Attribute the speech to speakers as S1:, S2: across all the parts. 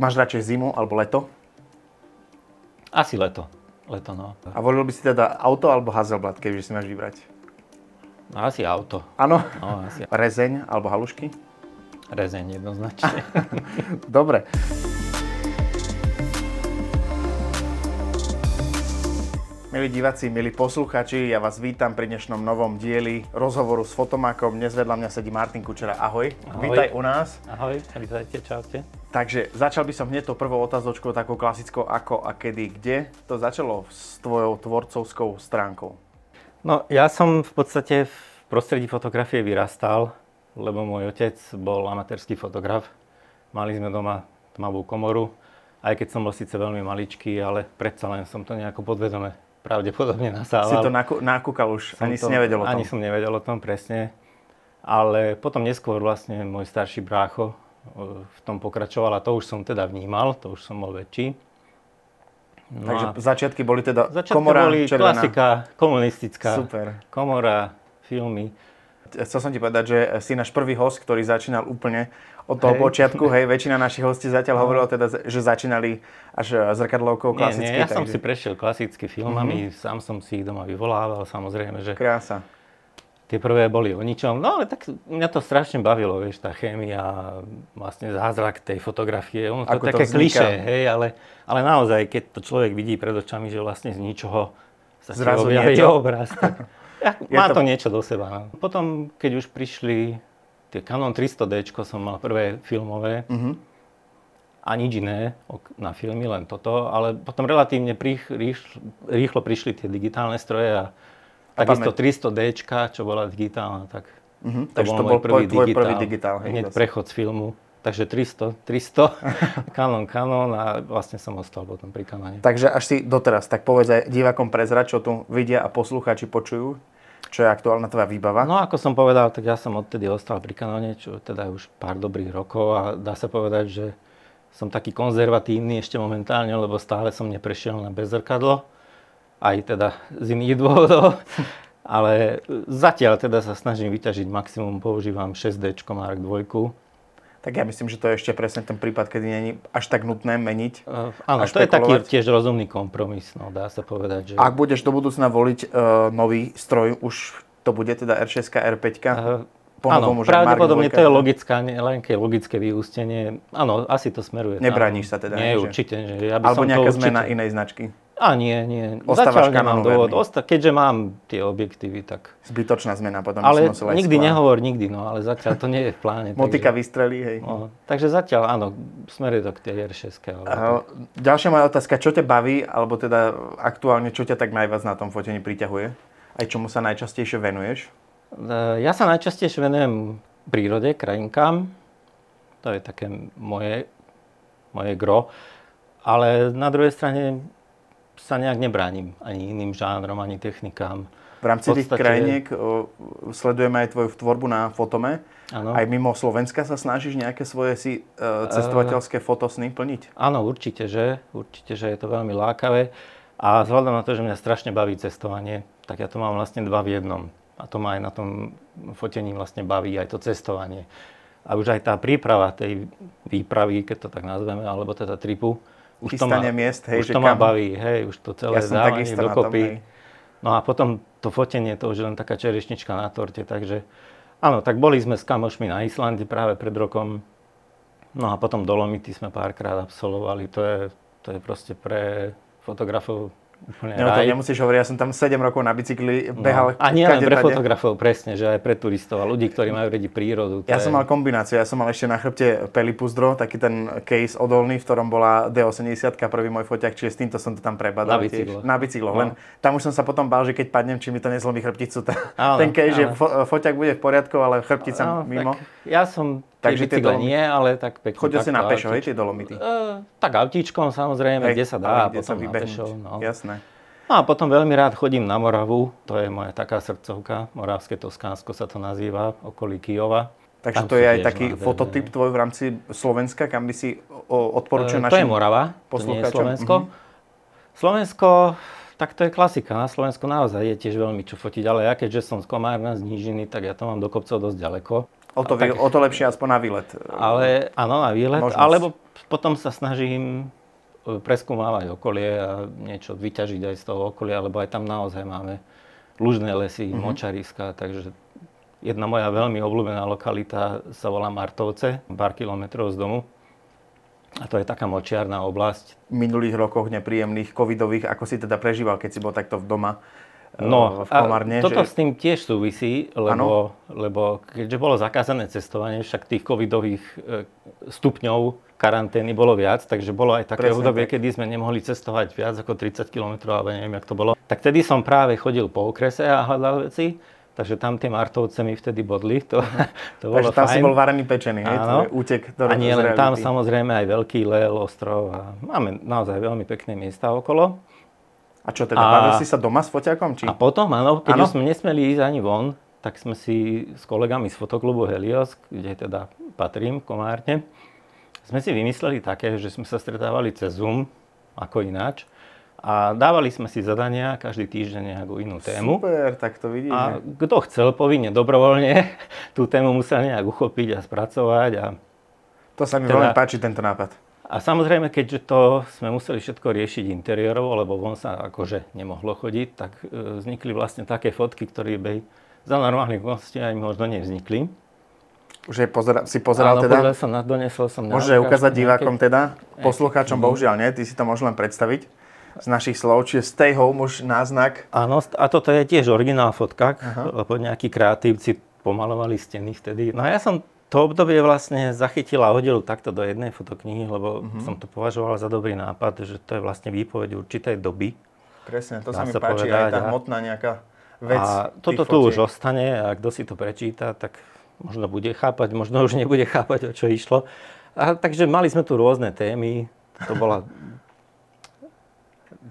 S1: Máš radšej zimu alebo leto?
S2: Asi leto. Leto, no.
S1: A volil by si teda auto alebo Hazelblad, keďže si máš vybrať?
S2: no asi auto.
S1: Áno?
S2: No, asi
S1: Rezeň alebo halušky?
S2: rezeň jednoznačne.
S1: Dobre. Milí diváci, milí poslucháči, ja vás vítam pri dnešnom novom dieli rozhovoru s Fotomákom. Dnes vedľa mňa sedí Martin Kučera. Ahoj.
S2: Ahoj.
S1: Vítaj u nás.
S2: Ahoj, vítajte, čaute.
S1: Takže začal by som hneď tou prvou otázočkou, takou klasickou ako a kedy, kde. To začalo s tvojou tvorcovskou stránkou.
S2: No, ja som v podstate v prostredí fotografie vyrastal, lebo môj otec bol amatérsky fotograf. Mali sme doma tmavú komoru, aj keď som bol síce veľmi maličký, ale predsa len som to nejako podvedome pravdepodobne
S1: Si to
S2: nasával.
S1: naku- nakúkal už,
S2: Som
S1: ani
S2: to-
S1: si nevedel o tom.
S2: Ani som nevedel o tom, presne. Ale potom neskôr vlastne môj starší brácho e, v tom pokračoval a to už som teda vnímal, to už som bol väčší. No
S1: Takže
S2: a
S1: začiatky boli teda
S2: začiatky
S1: komora
S2: boli
S1: červená.
S2: klasika, komunistická.
S1: Super.
S2: Komora, filmy.
S1: Chcel som ti povedať, že si náš prvý host, ktorý začínal úplne od toho
S2: Hej.
S1: počiatku. Hej, väčšina našich hostí zatiaľ hovorila teda, že začínali až eh, zrkadlovkou
S2: Nie, nie,
S1: klasicky.
S2: ja
S1: takže
S2: som
S1: Mhm.
S2: si prešiel klasicky filmami, sám som si ich doma vyvolával, samozrejme, že
S1: Krása.
S2: tie prvé boli o ničom. No ale tak mňa to strašne bavilo, vieš, tá chémia, vlastne zázrak tej fotografie. Ono to
S1: Ako
S2: je
S1: to
S2: také
S1: vzniká.
S2: klišé, hej, ale, ale naozaj, keď to človek vidí pred očami, že vlastne z ničoho sa ti
S1: Zrazu
S2: objaví
S1: niečo.
S2: obraz, tak ja,
S1: Je
S2: má
S1: to-
S2: to... niečo do seba. No. Potom, keď už prišli tie Canon 300D, som mal prvé filmové,
S1: Mhm.
S2: a nič iné ok- na filmy, len toto, ale potom relatívne prich, rýš- rýchlo prišli tie digitálne stroje a,
S1: A
S2: takisto 300D, čo bola digitálna, tak
S1: Mhm,
S2: to
S1: takže
S2: bol
S1: to
S2: môj
S1: bol
S2: prvý
S1: tvoj- tvoj
S2: digitál,
S1: prvý digitál, hej,
S2: hneď
S1: vlastne.
S2: prechod z filmu. Takže 300, 300, Canon, Canon a vlastne som ostal potom pri Canone.
S1: Takže až si doteraz, tak povedz aj divákom prezrať, čo tu vidia a poslucháči počujú, čo je aktuálna tvoja výbava.
S2: No ako som povedal, tak ja som odtedy ostal pri Canone, čo teda je už pár dobrých rokov a dá sa povedať, že som taký konzervatívny ešte momentálne, lebo stále som neprešiel na bezrkadlo, aj teda z iných dôvodov. Ale zatiaľ teda sa snažím vyťažiť maximum, používam 6D Mark II.
S1: Tak ja myslím, že to je ešte presne ten prípad, kedy není až tak nutné meniť.
S2: Uh, áno,
S1: Až
S2: to je taký
S1: špekulovať?
S2: tiež rozumný kompromis, no, dá sa povedať, že...
S1: Ak budeš do budúcna voliť eh, nový stroj, už to bude teda R6, R5.
S2: Uh,
S1: po
S2: áno,
S1: novom, že Mark
S2: pravdepodobne
S1: dvojka,
S2: to je
S1: teda?
S2: logická, ne- nejaké logické vyústenie. Áno, asi to smeruje. tam.
S1: Nebrániš sa teda,
S2: Nie,
S1: že-
S2: určite. Že ja by
S1: Alebo
S2: som to
S1: nejaká
S2: určite...
S1: zmena inej značky.
S2: A nie, nie.
S1: Ostávaš
S2: Zatiaľ
S1: Canonu
S2: nemám dôvod.
S1: verný.
S2: Osta- keďže mám tie objektívy, tak...
S1: Zbytočná zmena potom. by si
S2: Ale
S1: nosila aj
S2: nikdy
S1: skla.
S2: nehovor nikdy, no, ale zatiaľ to nie je v pláne.
S1: Motika
S2: takže,
S1: vystrelí, hej.
S2: no, takže zatiaľ, áno, smeruje to k tej R6. Ale...
S1: A ďalšia moja otázka, čo ťa baví, alebo teda aktuálne, čo ťa tak najviac na tom fotení priťahuje? Aj čomu sa najčastejšie venuješ?
S2: E, Ja sa najčastejšie venujem prírode, krajinkám. To je také moje, moje gro. Ale na druhej strane sa nejak nebránim ani iným žánrom, ani technikám.
S1: V rámci
S2: V
S1: tých
S2: podstate-
S1: krajiniek o, sledujeme aj tvoju tvorbu na fotome.
S2: Áno.
S1: Aj mimo Slovenska sa snažíš nejaké svoje si e, cestovateľské fotosny plniť?
S2: Áno, určite, že. Určite, že je to veľmi lákavé. A vzhľadom na to, že mňa strašne baví cestovanie, tak ja to mám vlastne dva v jednom. A to ma aj na tom fotení vlastne baví, aj to cestovanie. A už aj tá príprava tej výpravy, keď to tak nazveme, alebo teda tripu, už
S1: Chystanie miest, hej, že
S2: už to ma
S1: kam.
S2: baví, hej, už to celé
S1: Ja som
S2: dávanie
S1: takisto na tom,
S2: dokopy.
S1: hej.
S2: No a potom to fotenie, to už je len taká čerešnička na torte, takže áno, tak boli sme s kamošmi na Islande práve pred rokom. No a potom Dolomity sme párkrát absolvovali, to je, to je proste pre fotografov úplne
S1: No, to
S2: raj. No.
S1: nemusíš hovoriť, ja som tam 7 rokov na bicykli behal.
S2: a nie len
S1: kade
S2: pre
S1: tade.
S2: fotografov, presne, že aj pre turistov a ľudí, ktorí majú radi prírodu. to
S1: Ja
S2: je-
S1: som mal kombináciu, ja som mal ešte na chrbte Pelipuzdro, taký ten case odolný, v ktorom bola D80, prvý môj foťak, čiže s týmto som to tam prebadal.
S2: Na
S1: tiež.
S2: bicykloch.
S1: Na bicykloch,
S2: No.
S1: len tam už som sa potom bál, že keď padnem, či mi to nezlomí chrbticu. Tá,
S2: Áno,
S1: ten case, že
S2: áno.
S1: fo, foťak bude v poriadku, ale chrbtica
S2: No,
S1: mimo.
S2: Tak, ja som
S1: Takže
S2: Takže
S1: tie
S2: tie bicykle
S1: Dolomity.
S2: nie, ale tak pekne.
S1: Chodil si
S2: takto
S1: na pešo, hej,
S2: autíčkom.
S1: tie dolomity.
S2: E, tak autíčkom samozrejme,
S1: Hej,
S2: kde sa
S1: ale
S2: dá, a
S1: kde sa
S2: potom na
S1: vybehnúť.
S2: pešo. No.
S1: Jasné.
S2: No a potom veľmi rád chodím na Moravu, to je moja taká srdcovka, Moravské Toskánsko sa to nazýva, okolí Kijova.
S1: Takže
S2: Tam
S1: to
S2: sú
S1: je aj
S2: tiež
S1: taký
S2: nádherné.
S1: fototyp tvoj v rámci Slovenska, kam by si o,
S2: E,
S1: odporučil
S2: To je
S1: našim...
S2: Morava, to nie je
S1: poslucháčom. Mhm.
S2: Slovensko. Slovensko, tak to je klasika. Na Slovensku naozaj je tiež veľmi čo fotiť, ale ja keďže som z Komárna, z Nížiny, tak ja to mám do kopcov dosť ďaleko.
S1: O to, tak... o to lepšie aspoň na výlet.
S2: Ale áno, na výlet,
S1: Možnosť.
S2: alebo potom sa snažím e, preskúmavať okolie a niečo vyťažiť aj z toho okolia, lebo aj tam naozaj máme lužné
S1: Mhm.
S2: lesy, mm-hmm. močariska, takže jedna moja veľmi obľúbená lokalita sa volá Martovce, pár kilometrov z domu. A to je taká močiarná oblasť.
S1: V minulých rokoch nepríjemných, covidových, ako si teda prežíval, keď si bol takto v doma e,
S2: No,
S1: v Komárne?
S2: a toto
S1: že...
S2: s tým tiež súvisí, lebo, lebo keďže bolo zakázané cestovanie, však tých covidových e, stupňov karantény bolo viac, takže bolo aj také
S1: Presne
S2: obdobie,
S1: tak.
S2: kedy sme nemohli cestovať viac ako 30 km, alebo neviem, jak to bolo. Tak vtedy som práve chodil po okrese a hľadal veci, takže tam tie Martovce mi vtedy bodli, to, to
S1: Mhm.
S2: bolo
S1: Takže tam
S2: fajn.
S1: si bol varený pečený, hej? To
S2: Áno.
S1: je útek do
S2: A nie
S1: z
S2: len tam,
S1: reality.
S2: samozrejme aj Veľký Lel, Ostrov a máme naozaj veľmi pekné miesta okolo.
S1: A čo teda,
S2: A-
S1: bavil si sa doma s foťakom? Či...
S2: A potom, áno, keď
S1: Áno.
S2: už sme nesmeli ísť ani von, tak sme si s kolegami z fotoklubu Helios, kde teda patrím v Komárne, sme si vymysleli také, že sme sa stretávali cez Zoom, ako ináč, a dávali sme si zadania každý týždeň nejakú inú tému.
S1: Super, tak to vidíš.
S2: A
S1: že-
S2: kto chcel povinne dobrovoľne tú tému musel nejak uchopiť a spracovať a
S1: To sa mi
S2: teda-
S1: veľmi páči, tento nápad.
S2: A samozrejme, keďže to sme museli všetko riešiť interiérovo, lebo von sa akože nemohlo chodiť, tak e, vznikli vlastne také fotky, ktoré by za normálnych okolností ani možno nevznikli.
S1: Už je pozera- si pozeral teda?
S2: podľa som na, donesol som na
S1: Môžeš aj ukázať
S2: ukážku nejaké-
S1: divákom
S2: Mhm.
S1: teda, poslucháčom bohužiaľ nie, ty si to môžeš len predstaviť z našich slov, čiže stay home už náznak.
S2: Áno, st- a toto je tiež originál fotka, lebo nejakí kreatívci pomalovali steny vtedy. No a ja som to obdobie vlastne zachytil a hodil takto do jednej fotoknihy, lebo
S1: Mhm.
S2: som to považoval za dobrý nápad, že to je vlastne výpoveď určitej doby.
S1: Presne, to sa
S2: Dá
S1: mi
S2: sa
S1: páči, aj
S2: povedať,
S1: tá
S2: a-
S1: hmotná nejaká vec.
S2: a
S1: tých
S2: toto tu
S1: fotiek.
S2: už ostane a kto si to prečíta, tak možno bude chápať, možno už nebude chápať, o čo išlo. A, takže mali sme tu rôzne témy. To bola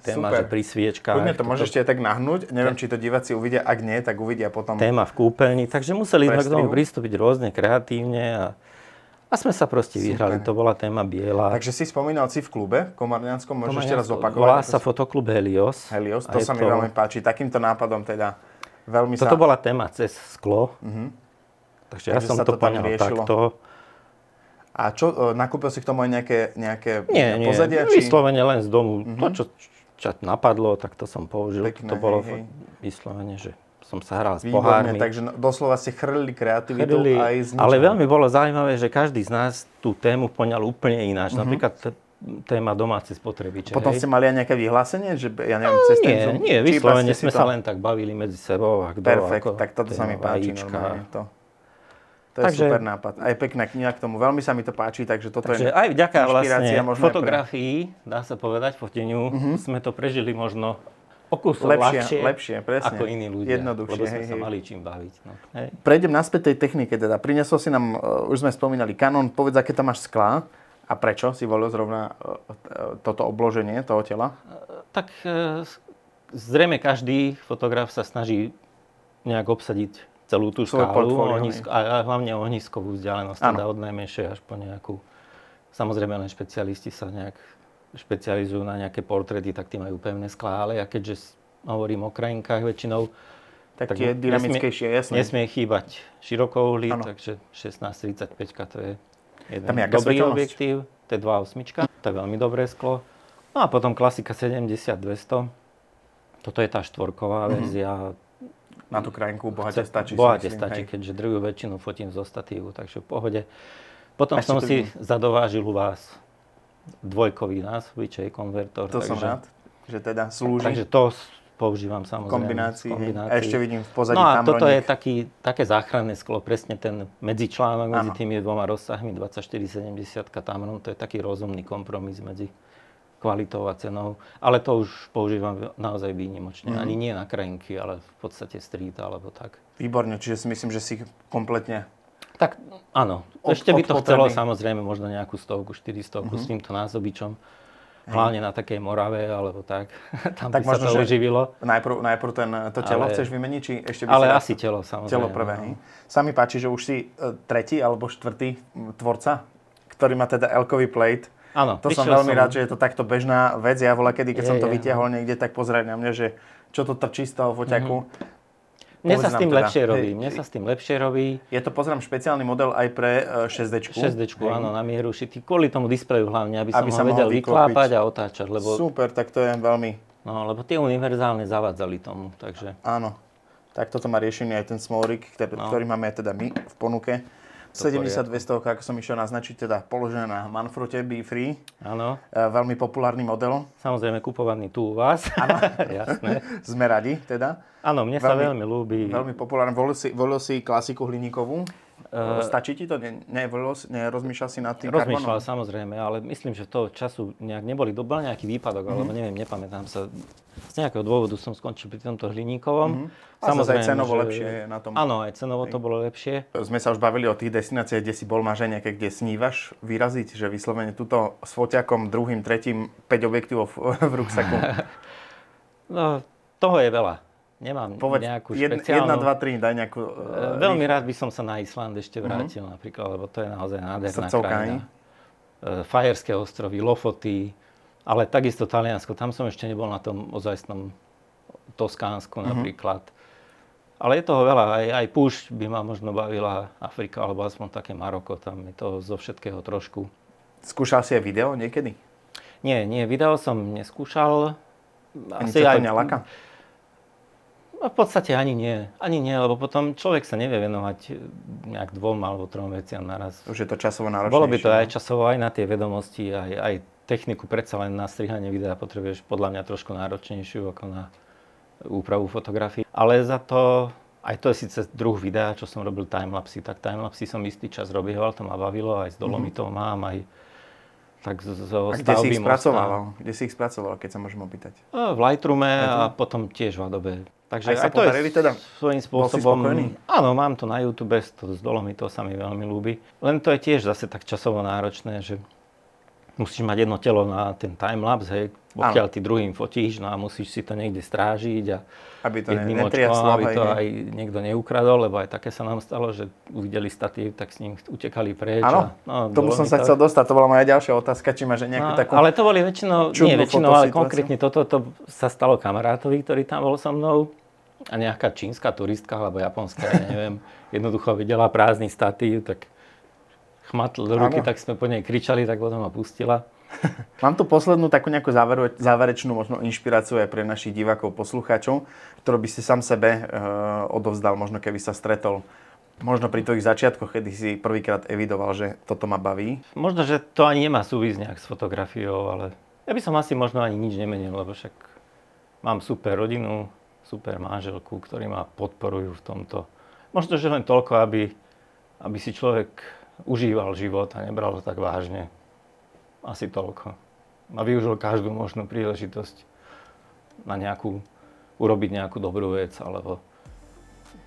S2: téma,
S1: Super.
S2: že pri sviečkách.
S1: Kľudne to
S2: toto
S1: môžeš ešte aj tak nahnúť, neviem, či to diváci uvidia, ak nie, tak uvidia potom.
S2: Téma v kúpeľni. Takže museli sme k tomu
S1: Prestrihu.
S2: pristúpiť rôzne kreatívne a, a sme sa proste vyhrali. To bola téma biela.
S1: Takže si spomínal si v klube Komarňanskom,
S2: To ma
S1: môžeš ešte raz
S2: nejako-
S1: opakovať.
S2: Volá
S1: ako
S2: sa
S1: si-
S2: Fotoklub Helios.
S1: Helios,
S2: a
S1: to
S2: je
S1: sa mi veľmi páči, takýmto nápadom teda veľmi sa...
S2: Toto bola téma cez sklo. Takže ja
S1: Mhm. Takže
S2: som
S1: sa
S2: to
S1: to tam
S2: poňal
S1: riešilo.
S2: takto.
S1: A čo, e, nakúpil si k tomu aj nejaké, nejaké
S2: Nie, nie,
S1: pozadia?
S2: či... vyslovene len z domu. To, čo ťa napadlo, tak to som použil.
S1: Mhm. Pekné,
S2: to bolo
S1: hej, hej.
S2: vyslovene, že som sa hral s
S1: Výborne,
S2: pohármi.
S1: takže no- doslova ste chrlili kreativitu
S2: Chedili,
S1: aj z ničoho.
S2: ale veľmi bolo zaujímavé, že každý z nás tú tému poňal úplne ináč. Napríklad t- téma domáce spotrebiče.
S1: Mhm. Potom
S2: hej. No,
S1: ste mali aj nejaké vyhlásenie, že ja neviem, cez ten
S2: nie,
S1: Zoom? Či
S2: nie,
S1: iba
S2: vyslovene
S1: ste si
S2: sme
S1: to-
S2: sa len tak bavili medzi sebou. A kto,
S1: Perfekt,
S2: ako,
S1: tak toto sa mi
S2: téma
S1: páči
S2: vajíčka.
S1: normálne. To, to je
S2: Takže-
S1: super nápad. Aj pekná kniha k tomu, veľmi sa mi to páči, takže toto
S2: Takže
S1: je
S2: aj vďaka vlastne
S1: inšpirácia možno aj pre- Mhm.
S2: fotografii, dá sa povedať, foteniu, sme to prežili možno o kus
S1: Lepšie,
S2: ľahšie,
S1: lepšie, presne.
S2: ako iní ľudia.
S1: Jednoduchšie,
S2: lebo sme
S1: hej,
S2: sa
S1: hej.
S2: mali čím baviť. No. Hej.
S1: Prejdem naspäť tej technike teda. Prinesol si nám, e, už sme spomínali, Canon, povedz, aké tam máš sklá a prečo si volil zrovna e, e, toto obloženie toho tela.
S2: Tak e, s- zrejme každý fotograf sa snaží nejak obsadiť celú tú
S1: Svoje
S2: škálu,
S1: portfólio,
S2: ohnisko, a a hlavne ohniskovú vzdialenosť,
S1: Áno.
S2: teda od najmenšej až po nejakú... Samozrejme len špecialisti sa nejak špecializujú na nejaké portréty, tak tí majú pevné sklá, ale ja keďže s- hovorím o krajinkách väčšinou,
S1: Tak, je
S2: nesmie-
S1: dynamickejšie, jasné.
S2: Nesmie chýbať širokouhlý,
S1: Áno.
S2: takže 1635 to je jeden
S1: Tam je aká
S2: dobrý
S1: svetelnosť?
S2: objektív, to je 2.8, to je veľmi dobré sklo. No a potom klasika 70-200, toto je tá štvorková verzia,
S1: Na tú krajinku bohate Mhm. stačí. si
S2: bohate
S1: myslím,
S2: stačí,
S1: hej.
S2: keďže druhú väčšinu fotím zo statívu, takže v pohode. Potom
S1: Až
S2: som
S1: si to
S2: si zadovážil u vás dvojkový násvičej, konvertor,
S1: To som rád, že teda slúži.
S2: takže to s- používam samozrejme.
S1: kombinácii.
S2: v
S1: hej. A ešte vidím v pozadí
S2: No a
S1: Tamronik.
S2: toto je taký, také záchranné sklo, presne ten medzičlánok medzi
S1: Áno.
S2: tými dvoma rozsahmi 2470 Tamron, to je taký rozumný kompromis medzi kvalitou a cenou, ale to už používam v- naozaj výnimočne,
S1: Mhm.
S2: ani nie na krajinky, ale v podstate street alebo tak.
S1: Výborne, čiže si myslím, že si kompletne...
S2: Tak áno,
S1: Ob-
S2: ešte by to
S1: obklopený.
S2: chcelo samozrejme možno nejakú stovku, 400
S1: Mhm.
S2: s týmto násobičom, hlavne na takej Morave alebo tak, tam
S1: Tak
S2: by
S1: možno,
S2: sa to
S1: že-
S2: uživilo.
S1: Najprv, najprv ten, to telo
S2: Ale-
S1: chceš vymeniť, či ešte by
S2: Ale
S1: si rád-
S2: asi telo samozrejme.
S1: Telo prvé.
S2: no.
S1: hej. Sa mi páči, že už si e, tretí alebo štvrtý m, tvorca, ktorý má teda Elkový plate.
S2: Áno,
S1: To som
S2: vyšiel
S1: veľmi rád, že je to takto bežná vec. Ja voľa kedy, keď
S2: Je,
S1: som to
S2: je. Mhm.
S1: vytiahol niekde, tak pozeraj na mňa, že čo to trčí z toho foťaku.
S2: Mne
S1: Povedz
S2: sa s
S1: nám
S2: tým
S1: teda,
S2: lepšie
S1: hej,
S2: robí, mne sa s tým lepšie robí.
S1: Je to, pozrám, špeciálny model aj pre e, 6D.
S2: 6D,
S1: Hej.
S2: áno, na mieru šitý, kvôli tomu displeju hlavne, aby,
S1: Aby
S2: som
S1: sa
S2: ho
S1: mohol
S2: vedel
S1: vyklopiť.
S2: vyklápať a otáčať, lebo,
S1: Super, tak to je veľmi,
S2: no, lebo tie univerzálne zavadzali tomu, takže
S1: áno. Tak toto má riešenie aj ten smorik, ktorý, no. ktorý máme aj teda my v ponuke. 70-200, ako som išiel naznačiť, teda položené na Manfrute B-Free,
S2: áno.
S1: e, veľmi populárny model,
S2: Samozrejme kupovaný tu u vás, jasné.
S1: sme radi teda.
S2: Áno, mne sa
S1: Veľmi-
S2: veľmi ľúbi.
S1: Veľmi populárny, volil si, volil si klasiku hliníkovú. Stačí ti to? Ne, nevolil si- nerozmýšľal si nad tým
S2: Rozmýšľal
S1: karbonom?
S2: samozrejme, ale myslím, že toho času nejak neboli, to bol nejaký výpadok,
S1: Mhm.
S2: alebo neviem, nepamätám sa. Z nejakého dôvodu som skončil pri tomto hliníkovom.
S1: Mhm. A zase aj cenovo lepšie je na tom.
S2: Áno, aj cenovo to bolo lepšie.
S1: Sme sa už bavili o tých destináciách, kde si bol máš aj nejaké, kde snívaš vyraziť, že vyslovene tuto s foťakom, druhým, tretím, 5 objektívov v- v ruksaku.
S2: No, toho je veľa. Nemám
S1: Povedz,
S2: nejakú
S1: jed-
S2: špeciálnu...
S1: jedna, dva, tri, daj nejakú...
S2: E,
S1: e,
S2: Veľmi rád by som sa na Island ešte vrátil napríklad, lebo to je naozaj nádherná
S1: Srdcovka,
S2: krajina. E, Fajerské ostrovy, Lofoty, ale takisto Taliansko. Tam som ešte nebol na tom ozajstnom
S1: Mhm.
S2: Toskánsku napríklad. Ale je toho veľa. Aj, aj púšť by ma možno bavila Afrika, alebo aspoň také Maroko. Tam je toho zo všetkého trošku.
S1: Skúšal si aj video niekedy?
S2: Nie, nie, video som neskúšal.
S1: Ani Asi aj... ľaka?
S2: No, v podstate ani nie. Ani nie, lebo potom človek sa nevie venovať e, nejak dvom alebo trom veciam naraz.
S1: Už je to časovo náročnejšie.
S2: Bolo by to aj časovo, aj na tie vedomosti, aj, aj techniku. Predsa len na strihanie videa potrebuješ podľa mňa trošku náročnejšiu ako na úpravu fotografií. Ale za to, aj to je síce druh videa, čo som robil timelapsy, tak timelapsy som istý čas robieval, to ma bavilo, aj s dolomitou mám, aj tak z, z,
S1: Mhm. A kde si ich
S2: no.
S1: spracovával? Kde si ich spracoval, keď sa môžem opýtať?
S2: V Lightroome a potom tiež v Adobe. Takže
S1: Aj Mhm. sa podarili teda? Bol
S2: svojím
S1: si
S2: spôsobom...
S1: spokojný?
S2: áno, mám to na YouTube, to s dolami, to sa mi veľmi ľúbi. Len to je tiež zase tak časovo náročné, že musíš mať jedno telo na ten timelapse, hej, pokiaľ ty druhým fotíš, no a musíš si to niekde strážiť a
S1: Aby to ne-
S2: jedným
S1: netriaslo,
S2: očkom, aby
S1: hej,
S2: to
S1: hej.
S2: aj niekto neukradol, lebo aj také sa nám stalo, že uvideli statív, tak s ním utekali preč.
S1: Áno,
S2: a, no,
S1: tomu som sa
S2: Dolomitov-
S1: chcel dostať, to bola moja ďalšia otázka, či máš aj nejakú
S2: No,
S1: takú...
S2: ale to boli väčšinou, nie
S1: čudnú
S2: väčšinou, ale
S1: fotosituáciu?
S2: konkrétne toto to sa stalo kamarátovi, ktorý tam bol so mnou a nejaká čínska turistka alebo japonská, ja neviem, jednoducho videla prázdny statív, tak chmatl do ruky,
S1: Áno.
S2: tak sme po nej kričali, tak potom ma pustila.
S1: Mám tu poslednú takú nejakú záveru, záverečnú možno inšpiráciu aj pre našich divákov, poslucháčov, ktorú by si sám sebe e, odovzdal, možno keby sa stretol možno pri tvojich začiatkoch, kedy si prvýkrát evidoval, že toto ma baví.
S2: Možno, že to ani nemá súvisť nejak s fotografiou, ale ja by som asi možno ani nič nemenil, lebo však mám super rodinu, super manželku, ktorí ma podporujú v tomto. Možno, že len toľko, aby, aby si človek užíval život a nebral to tak vážne. Asi toľko. A využil každú možnú príležitosť na nejakú, urobiť nejakú dobrú vec, alebo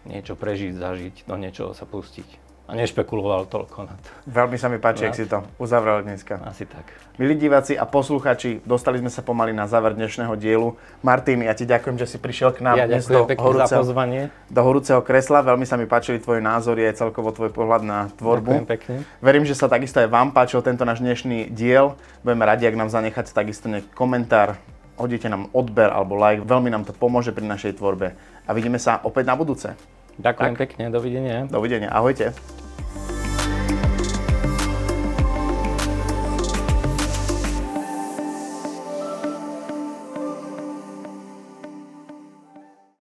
S2: niečo prežiť, zažiť, do niečoho sa pustiť. A nešpekuloval toľko na to.
S1: Veľmi sa mi páči, ak si to uzavrel dneska.
S2: Asi tak.
S1: Milí diváci a posluchači, dostali sme sa pomaly na záver dnešného dielu. Martin, ja ti ďakujem, že si prišiel k nám
S2: Ja
S1: dnes
S2: ďakujem
S1: do
S2: pekne za
S1: horúceho,
S2: pozvanie.
S1: do horúceho kresla. Veľmi sa mi páčili tvoje názory aj celkovo tvoj pohľad na tvorbu.
S2: Ďakujem pekne.
S1: Verím, že sa takisto aj vám páčil tento náš dnešný diel. Budeme radi, ak nám zanecháte takisto nejaký komentár, hodíte nám odber alebo like, veľmi nám to pomôže pri našej tvorbe. A vidíme sa opäť na budúce.
S2: Ďakujem pekne, dovidenia.
S1: Dovidenia, ahojte.